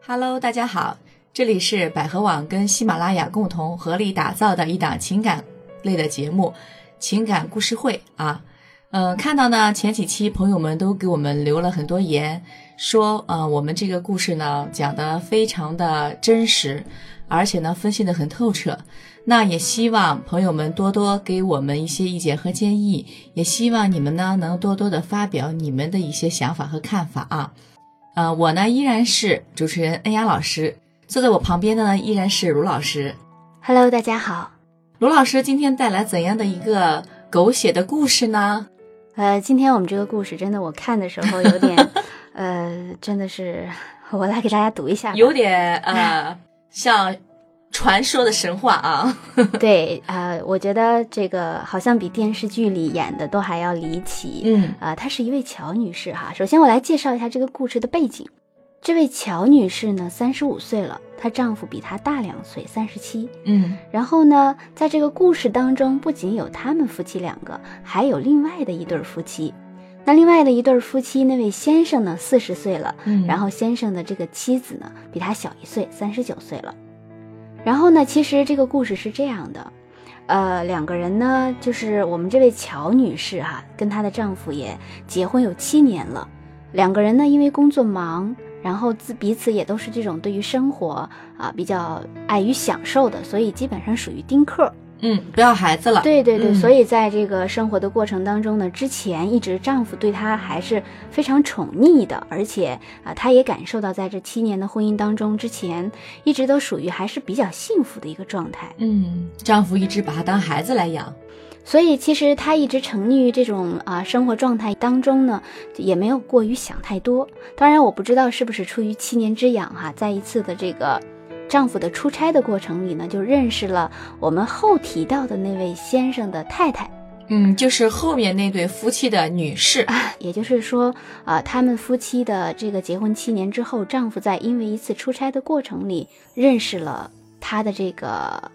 Hello，大家好，这里是百合网跟喜马拉雅共同合力打造的一档情感类的节目《情感故事会》啊。呃，看到呢前几期朋友们都给我们留了很多言，说呃我们这个故事呢讲的非常的真实，而且呢分析的很透彻。那也希望朋友们多多给我们一些意见和建议，也希望你们呢能多多的发表你们的一些想法和看法啊。呃，我呢依然是主持人恩雅老师，坐在我旁边的呢依然是卢老师。 Hello，大家好。卢老师今天带来怎样的一个狗血的故事呢？呃，今天我们这个故事真的，我看的时候 有点，呃，真的是，我来给大家读一下吧。有点呃，像传说的神话啊。对，呃，我觉得这个好像比电视剧里演的都还要离奇。嗯呃，她是一位乔女士哈。首先，我来介绍一下这个故事的背景。这位乔女士呢，三十五岁了，她丈夫比她大两岁，三十七。嗯然后呢，在这个故事当中，不仅有他们夫妻两个，还有另外的一对儿夫妻。那另外的一对儿夫妻，那位先生呢，四十岁了，嗯然后先生的这个妻子呢，比他小一岁，三十九岁了。然后呢，其实这个故事是这样的，呃，两个人呢，就是我们这位乔女士哈、跟她的丈夫也结婚有七年了。两个人呢，因为工作忙，然后自彼此也都是这种对于生活啊、比较爱于享受的，所以基本上属于丁克。嗯，不要孩子了。对对对，嗯所以在这个生活的过程当中呢，之前一直丈夫对她还是非常宠溺的，而且啊，她、也感受到在这七年的婚姻当中，之前一直都属于还是比较幸福的一个状态。嗯，丈夫一直把她当孩子来养。所以其实她一直沉溺于这种啊、生活状态当中呢，也没有过于想太多。当然，我不知道是不是出于七年之痒哈、在一次的这个丈夫的出差的过程里呢，就认识了我们后提到的那位先生的太太。嗯，就是后面那对夫妻的女士。 也就是说，啊、他们夫妻的这个结婚七年之后，丈夫在因为一次出差的过程里认识了他的这个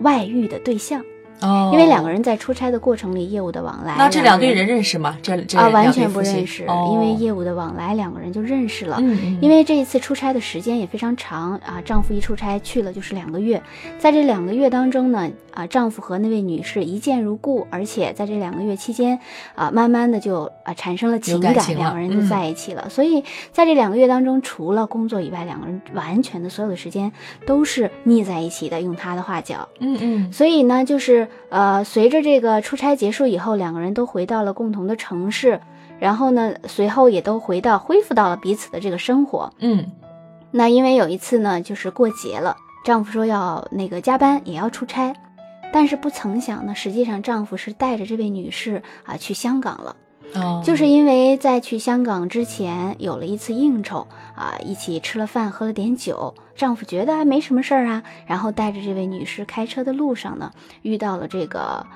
外遇的对象，哦，因为两个。人在出差的过程里业务的往来，那这两两个对人人认识吗？这这啊、完两对全不夫妻认识，哦、因为业务的往来，两个人就认识了。嗯嗯，因为这一次出差的时间也非常长啊，丈夫一出差去了就是两个月，在这两个月当中呢，啊，丈夫和那位女士一见如故，而且在这两个月期间，啊，慢慢的就啊产生了情有感，感情了嗯两个人就在一起了。所以在这两个月当中，除了工作以外，两个人完全的所有的时间都是腻在一起的，用她的话讲。嗯嗯所以呢，就是呃，随着这个出差结束以后，两个人都回到了共同的城市，然后呢，随后也都回到恢复到了彼此的这个生活。嗯那因为有一次呢，就是过节了，丈夫说要那个加班，也要出差，但是不曾想呢，实际上丈夫是带着这位女士啊去香港了。嗯，哦，就是因为在去香港之前有了一次应酬啊，一起吃了饭，喝了点酒，丈夫觉得哎没什么事儿啊，然后带着这位女士开车的路上呢，遇到了这个啊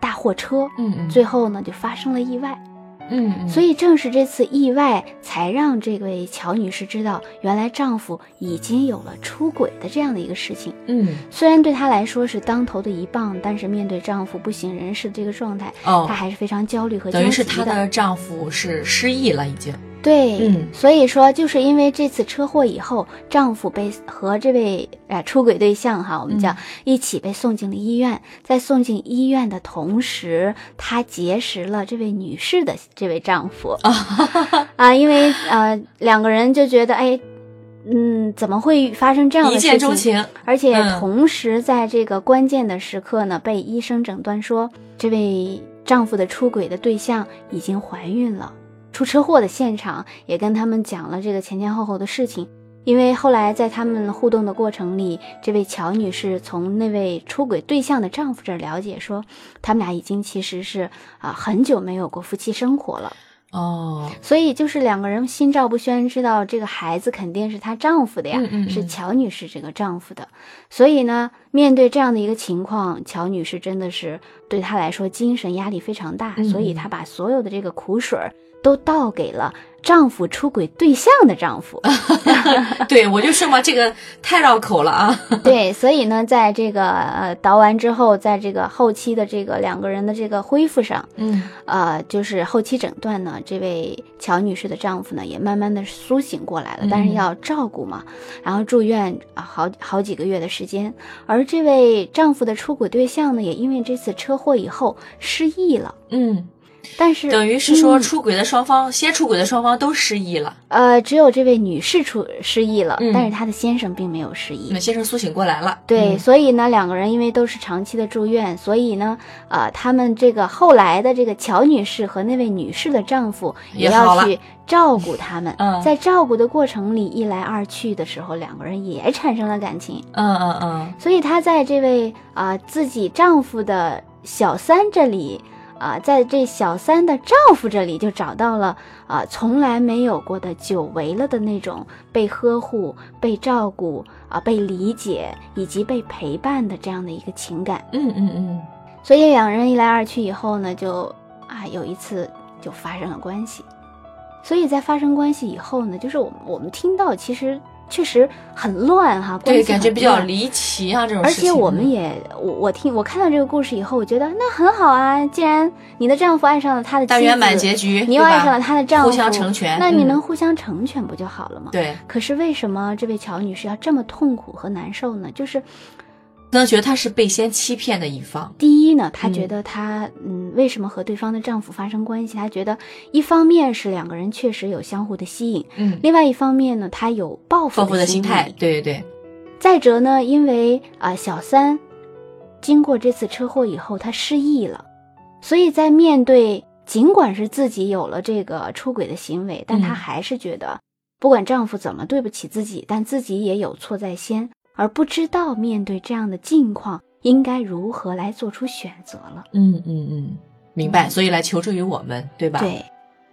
大货车，嗯嗯，最后呢就发生了意外。嗯嗯，所以正是这次意外，才让这位乔女士知道，原来丈夫已经有了出轨的这样的一个事情。嗯虽然对她来说是当头的一棒，但是面对丈夫不省人事的这个状态，哦她，还是非常焦虑和焦等急于是她的丈夫是失忆了，已经。对，嗯所以说就是因为这次车祸以后，丈夫被和这位呃出轨对象哈，我们叫、嗯一起被送进了医院。在送进医院的同时，她结识了这位女士的这位丈夫 啊，因为呃两个人就觉得哎。嗯，怎么会发生这样一的事见情？钟情，而且嗯同时在这个关键的时刻呢，被医生诊断说，这位丈夫的出轨的对象已经怀孕了。出车祸的现场也跟他们讲了这个前前后后的事情，因为后来在他们互动的过程里，这位乔女士从那位出轨对象的丈夫这儿了解说，他们俩已经其实是啊、很久没有过夫妻生活了。哦，所以就是两个人心照不宣，知道这个孩子肯定是她丈夫的呀，嗯嗯嗯是乔女士这个丈夫的。所以呢，面对这样的一个情况，乔女士真的是对她来说精神压力非常大，嗯嗯所以她把所有的这个苦水儿都倒给了丈夫出轨对象的 丈夫。对我就说嘛，这个太绕口了啊。对，所以呢，在这个呃导完之后，在这个后期的这个两个人的这个恢复上，嗯呃，就是后期诊断呢，这位乔女士的丈夫呢也慢慢的苏醒过来了，但是嗯要照顾嘛，然后住院啊好好几个月的时间。而这位丈夫的出轨对象呢，也因为这次车祸以后失忆了，嗯，但是等于是说嗯出轨的双方，先出轨的双方都失忆了。呃，只有这位女士出失忆了，嗯但是她的先生并没有失忆你。们先生苏醒过来了。对，嗯，所以呢，两个人因为都是长期的住院，所以呢，呃，他们这个后来的这个乔女士和那位女士的丈夫也好要了去照顾他们。嗯在照顾的过程里，一来二去的时候，两个人也产生了感情。嗯嗯嗯，所以她在这位啊、呃自己丈夫的小三这里啊、在这小三的丈夫这里就找到了啊、从来没有过的久违了的那种被呵护、被照顾啊、被理解以及被陪伴的这样的一个情感。嗯嗯嗯，所以两人一来二去以后呢，就啊有一次就发生了关系。所以在发生关系以后呢，就是啊我们我们听到其实确实很乱哈、对，关系感很觉比较乱离奇啊，这种而事情。且我们也，我我听我看到这个故事以后，我觉得那很好啊。既然你的丈夫爱上了他的妻子，大圆满结局，你又对吧爱上了他的丈夫，互相成全那你嗯能互相成全不就好了吗？对，可是为什么这位乔女士要这么痛苦和难受呢？就是可能觉得他是被先欺骗的一方。第一呢，她觉嗯得她嗯为什么和对方的丈夫发生关系？她觉得一方面是两个人确实有相互的吸引，嗯，另外一方面呢，她有报复报复的心心态理，对对对，再者呢，因为啊、小三经过这次车祸以后，他失忆了，所以在面对尽管是自己有了这个出轨的行为，但她嗯还是觉得，不管丈夫怎么对不起自己，但自己也有错在先，而不知道面对这样的境况应该如何来做出选择了。嗯嗯嗯，明白。所以来求助于我们，对吧？。对，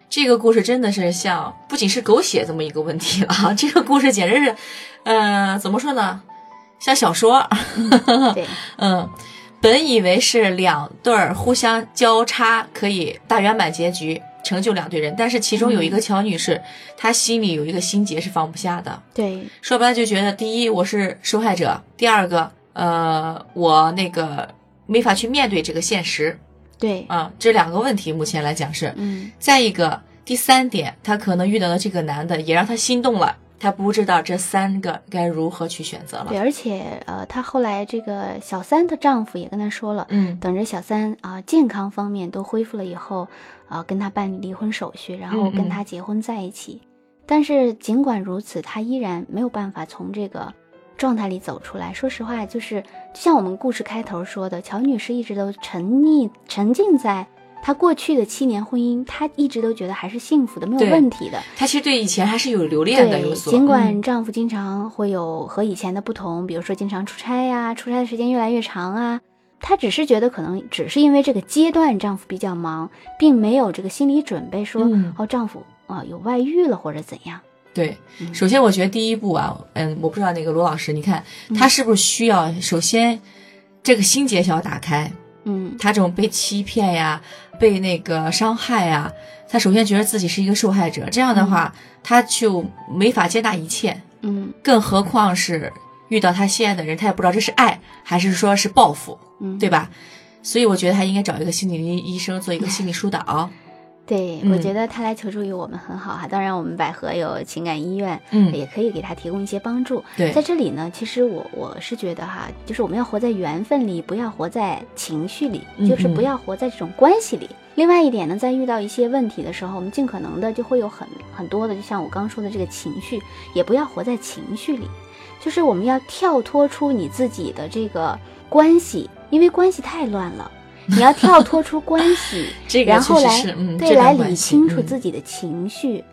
这个故事真的是像不仅是狗血这么一个问题了啊， 这个故事简直是，呃，怎么说呢，像小说。对， 嗯，本以为是两对儿互相交叉可以大圆满结局，成就两对人，但是其中有一个乔女士，她心里有一个心结是放不下的。对，说白了就觉得，第一我是受害者，第二个呃我那个没法去面对这个现实对，啊，这两个问题目前来讲是。嗯，再一个，第三点，她可能遇到的这个男的也让她心动了，她不知道这三个该如何去选择了对，。而且呃，她后来这个小三的丈夫也跟她说了，嗯等着小三啊、健康方面都恢复了以后，啊、跟他办理离婚手续，然后嗯嗯跟他结婚在一起。但是尽管如此，他依然没有办法从这个状态里走出来。说实话，就是就像我们故事开头说的，乔女士一直都沉溺沉浸在她过去的七年婚姻，她一直都觉得还是幸福的，没对有问题的。她其实对以前还是有留恋的，有对，所尽嗯管丈夫经常会有和以前的不同，比如说经常出差呀、出差的时间越来越长啊，她只是觉得可能只是因为这个阶段丈夫比较忙，并没有这个心理准备说、嗯哦丈夫啊、有外遇了或者怎样。对，嗯首先我觉得第一步啊，嗯，我不知道那个罗老师，你看他是不是需要首先这个心结想要打开，嗯，他这种被欺骗呀，被那个伤害呀，他首先觉得自己是一个受害者，这样的话他就没法接纳一切，嗯更何况是遇到他心爱的人，他也不知道这是爱还是说是报复，嗯，对吧？所以我觉得他应该找一个心理医生做一个心理疏导，对，嗯我觉得她来求助于我们很好哈。当然，我们百合有情感医院，嗯，也可以给她提供一些帮助。对在，这里呢，其实我我是觉得哈，就是我们要活在缘分里，不要活在情绪里，嗯就是嗯不要活在这种关系里。另外一点呢，在遇到一些问题的时候，我们尽可能的就会有很很多的，就像我刚说的这个情绪，也不要活在情绪里，就是我们要跳脱出你自己的这个关系，因为关系太乱了。你要跳脱出关系，这个然后确实来、是， 嗯，对这段来关理系清楚嗯自己的情绪。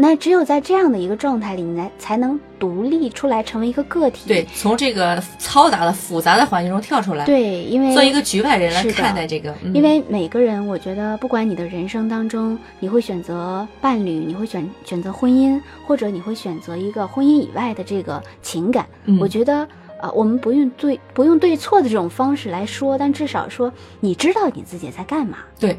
那只有在这样的一个状态里，你才才能独立出来，成为一个个体。对，从这个嘈杂的复杂的环境中跳出来，对，因为做一个局外人来是的看待这个，嗯因为每个人，我觉得不管你的人生当中，你会选择伴侣，你会选选择婚姻，或者你会选择一个婚姻以外的这个情感，嗯我觉得。呃，我们不用对不用对错的这种方式来说，但至少说你知道你自己在干嘛。对，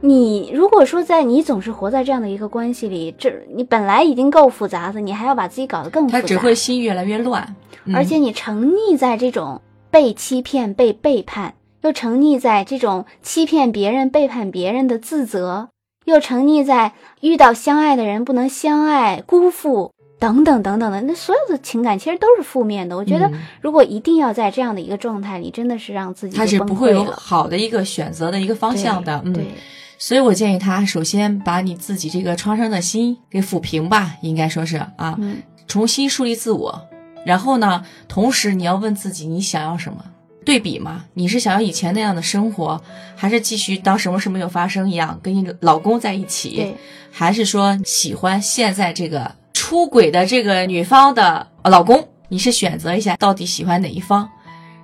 你如果说在你总是活在这样的一个关系里，这你本来已经够复杂的，你还要把自己搞得更复杂，他只会心越来越乱，嗯而且你沉溺在这种被欺骗、被背叛，又沉溺在这种欺骗别人、背叛别人的自责，又沉溺在遇到相爱的人不能相爱、辜负等等等等的，那所有的情感其实都是负面的。我觉得，嗯如果一定要在这样的一个状态里，真的是让自己他就是崩不会溃有了好的一个选择的一个方向的，对嗯。对，所以我建议他首先把你自己这个创伤的心给抚平吧，应该说是啊，嗯，重新树立自我。然后呢，同时你要问自己你想要什么，对比嘛，你是想要以前那样的生活，还是继续当什么事没有发生一样跟你老公在一起对，，还是说喜欢现在这个出轨的这个女方的呃老公？你是选择一下到底喜欢哪一方，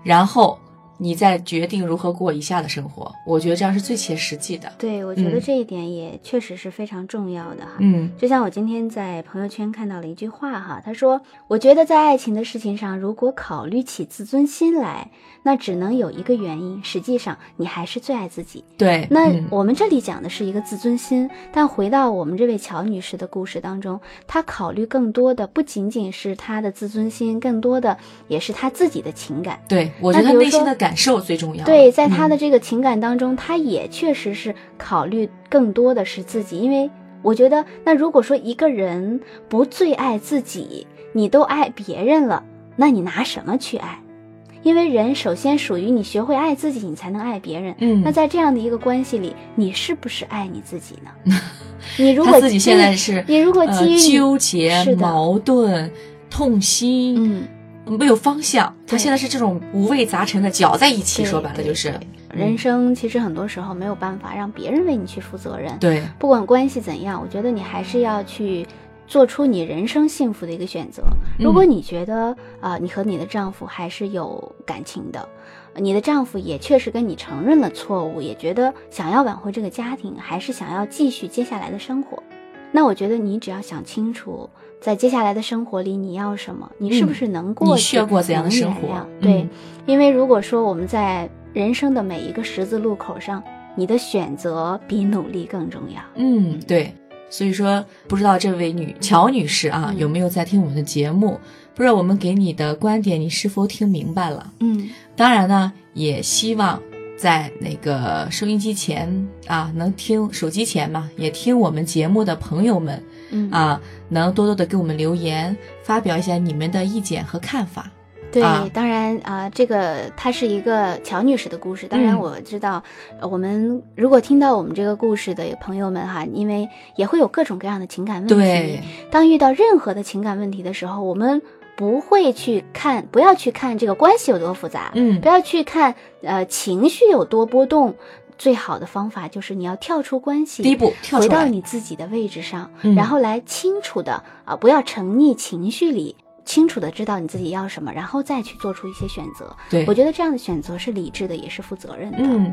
然后你再决定如何过以下的生活。我觉得这样是最切实际的。对，我觉得嗯这一点也确实是非常重要的哈。嗯就像我今天在朋友圈看到了一句话哈，他说：“我觉得在爱情的事情上，如果考虑起自尊心来，那只能有一个原因，实际上你还是最爱自己。”对，那嗯我们这里讲的是一个自尊心，但回到我们这位乔女士的故事当中，她考虑更多的不仅仅是她的自尊心，更多的也是她自己的情感。对我觉那得比如内心说的感受最重要。对，在他嗯的这个情感当中，他也确实是考虑更多的是自己，因为我觉得，那如果说一个人不最爱自己，你都爱别人了，那你拿什么去爱？因为人首先属于你学会爱自己，你才能爱别人。嗯，那在这样的一个关系里，你是不是爱你自己 呢？你如果他自己基现在于是你如果呃基于你纠结是、的矛盾、痛心，嗯，没有方向。他对现在是这种五味杂陈的搅在一起，对说白了对就是嗯对人生其实很多时候没有办法让别人为你去负责任。对不管关系怎样，我觉得你还是要去做出你人生幸福的一个选择。如嗯果你觉得啊、呃你和你的丈夫还是有感情的，你的丈夫也确实跟你承认了错误，也觉得想要挽回这个家庭，还是想要继续接下来的生活，那我觉得你只要想清楚，在接下来的生活里你要什么，你是不嗯是能过去、你需要过怎样的能生原活谅？嗯对，因为如果说我们在人生的每一个十字路口上，你的选择比努力更重要。嗯，对。所以说，不知道这位女乔女士啊、嗯有没有在听我们的节目？不知道我们给你的观点，你是否听明白了？嗯，当然呢，也希望在那个收音机前啊，能听手机前嘛，也听我们节目的朋友们嗯，啊，能多多的给我们留言，发表一下你们的意见和看法。对，啊当然啊、这个它是一个乔女士的故事。当然，嗯我知道、呃我们如果听到我们这个故事的朋友们哈，因为也会有各种各样的情感问题。对，当遇到任何的情感问题的时候，我们不会去看，不要去看这个关系有多复杂，嗯不，要去看呃情绪有多波动。最好的方法就是你要跳出关系，第一步跳回出到来，你自己的位置上，嗯然后来清楚的啊、不要沉溺情绪里，清楚的知道你自己要什么，然后再去做出一些选择。对我，觉得这样的选择是理智的，也是负责任的。嗯，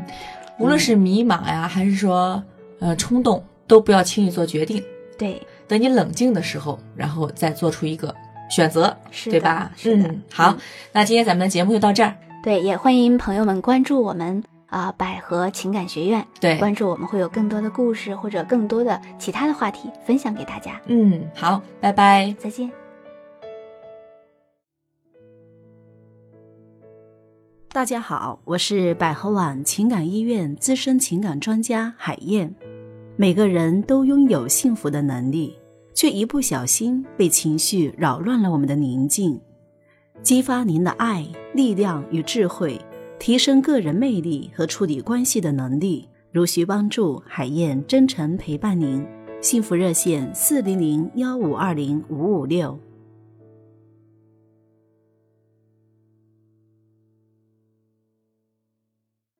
无论是迷茫呀，还是说呃冲动，都不要轻易做决定。对，等你冷静的时候，然后再做出一个选择，是的，对吧？是的，嗯，好，那今天咱们的节目就到这儿。对，也欢迎朋友们关注我们啊、百合情感学院，对，关注我们会有更多的故事或者更多的其他的话题分享给大家。嗯，好，拜拜。再见。大家好，我是百合网情感医院资深情感专家海燕。每个人都拥有幸福的能力，却一不小心被情绪扰乱了我们的宁静。激发您的爱、力量与智慧，提升个人魅力和处理关系的能力。如需帮助，海燕真诚陪伴您。幸福热线：四零零幺五二零五五六。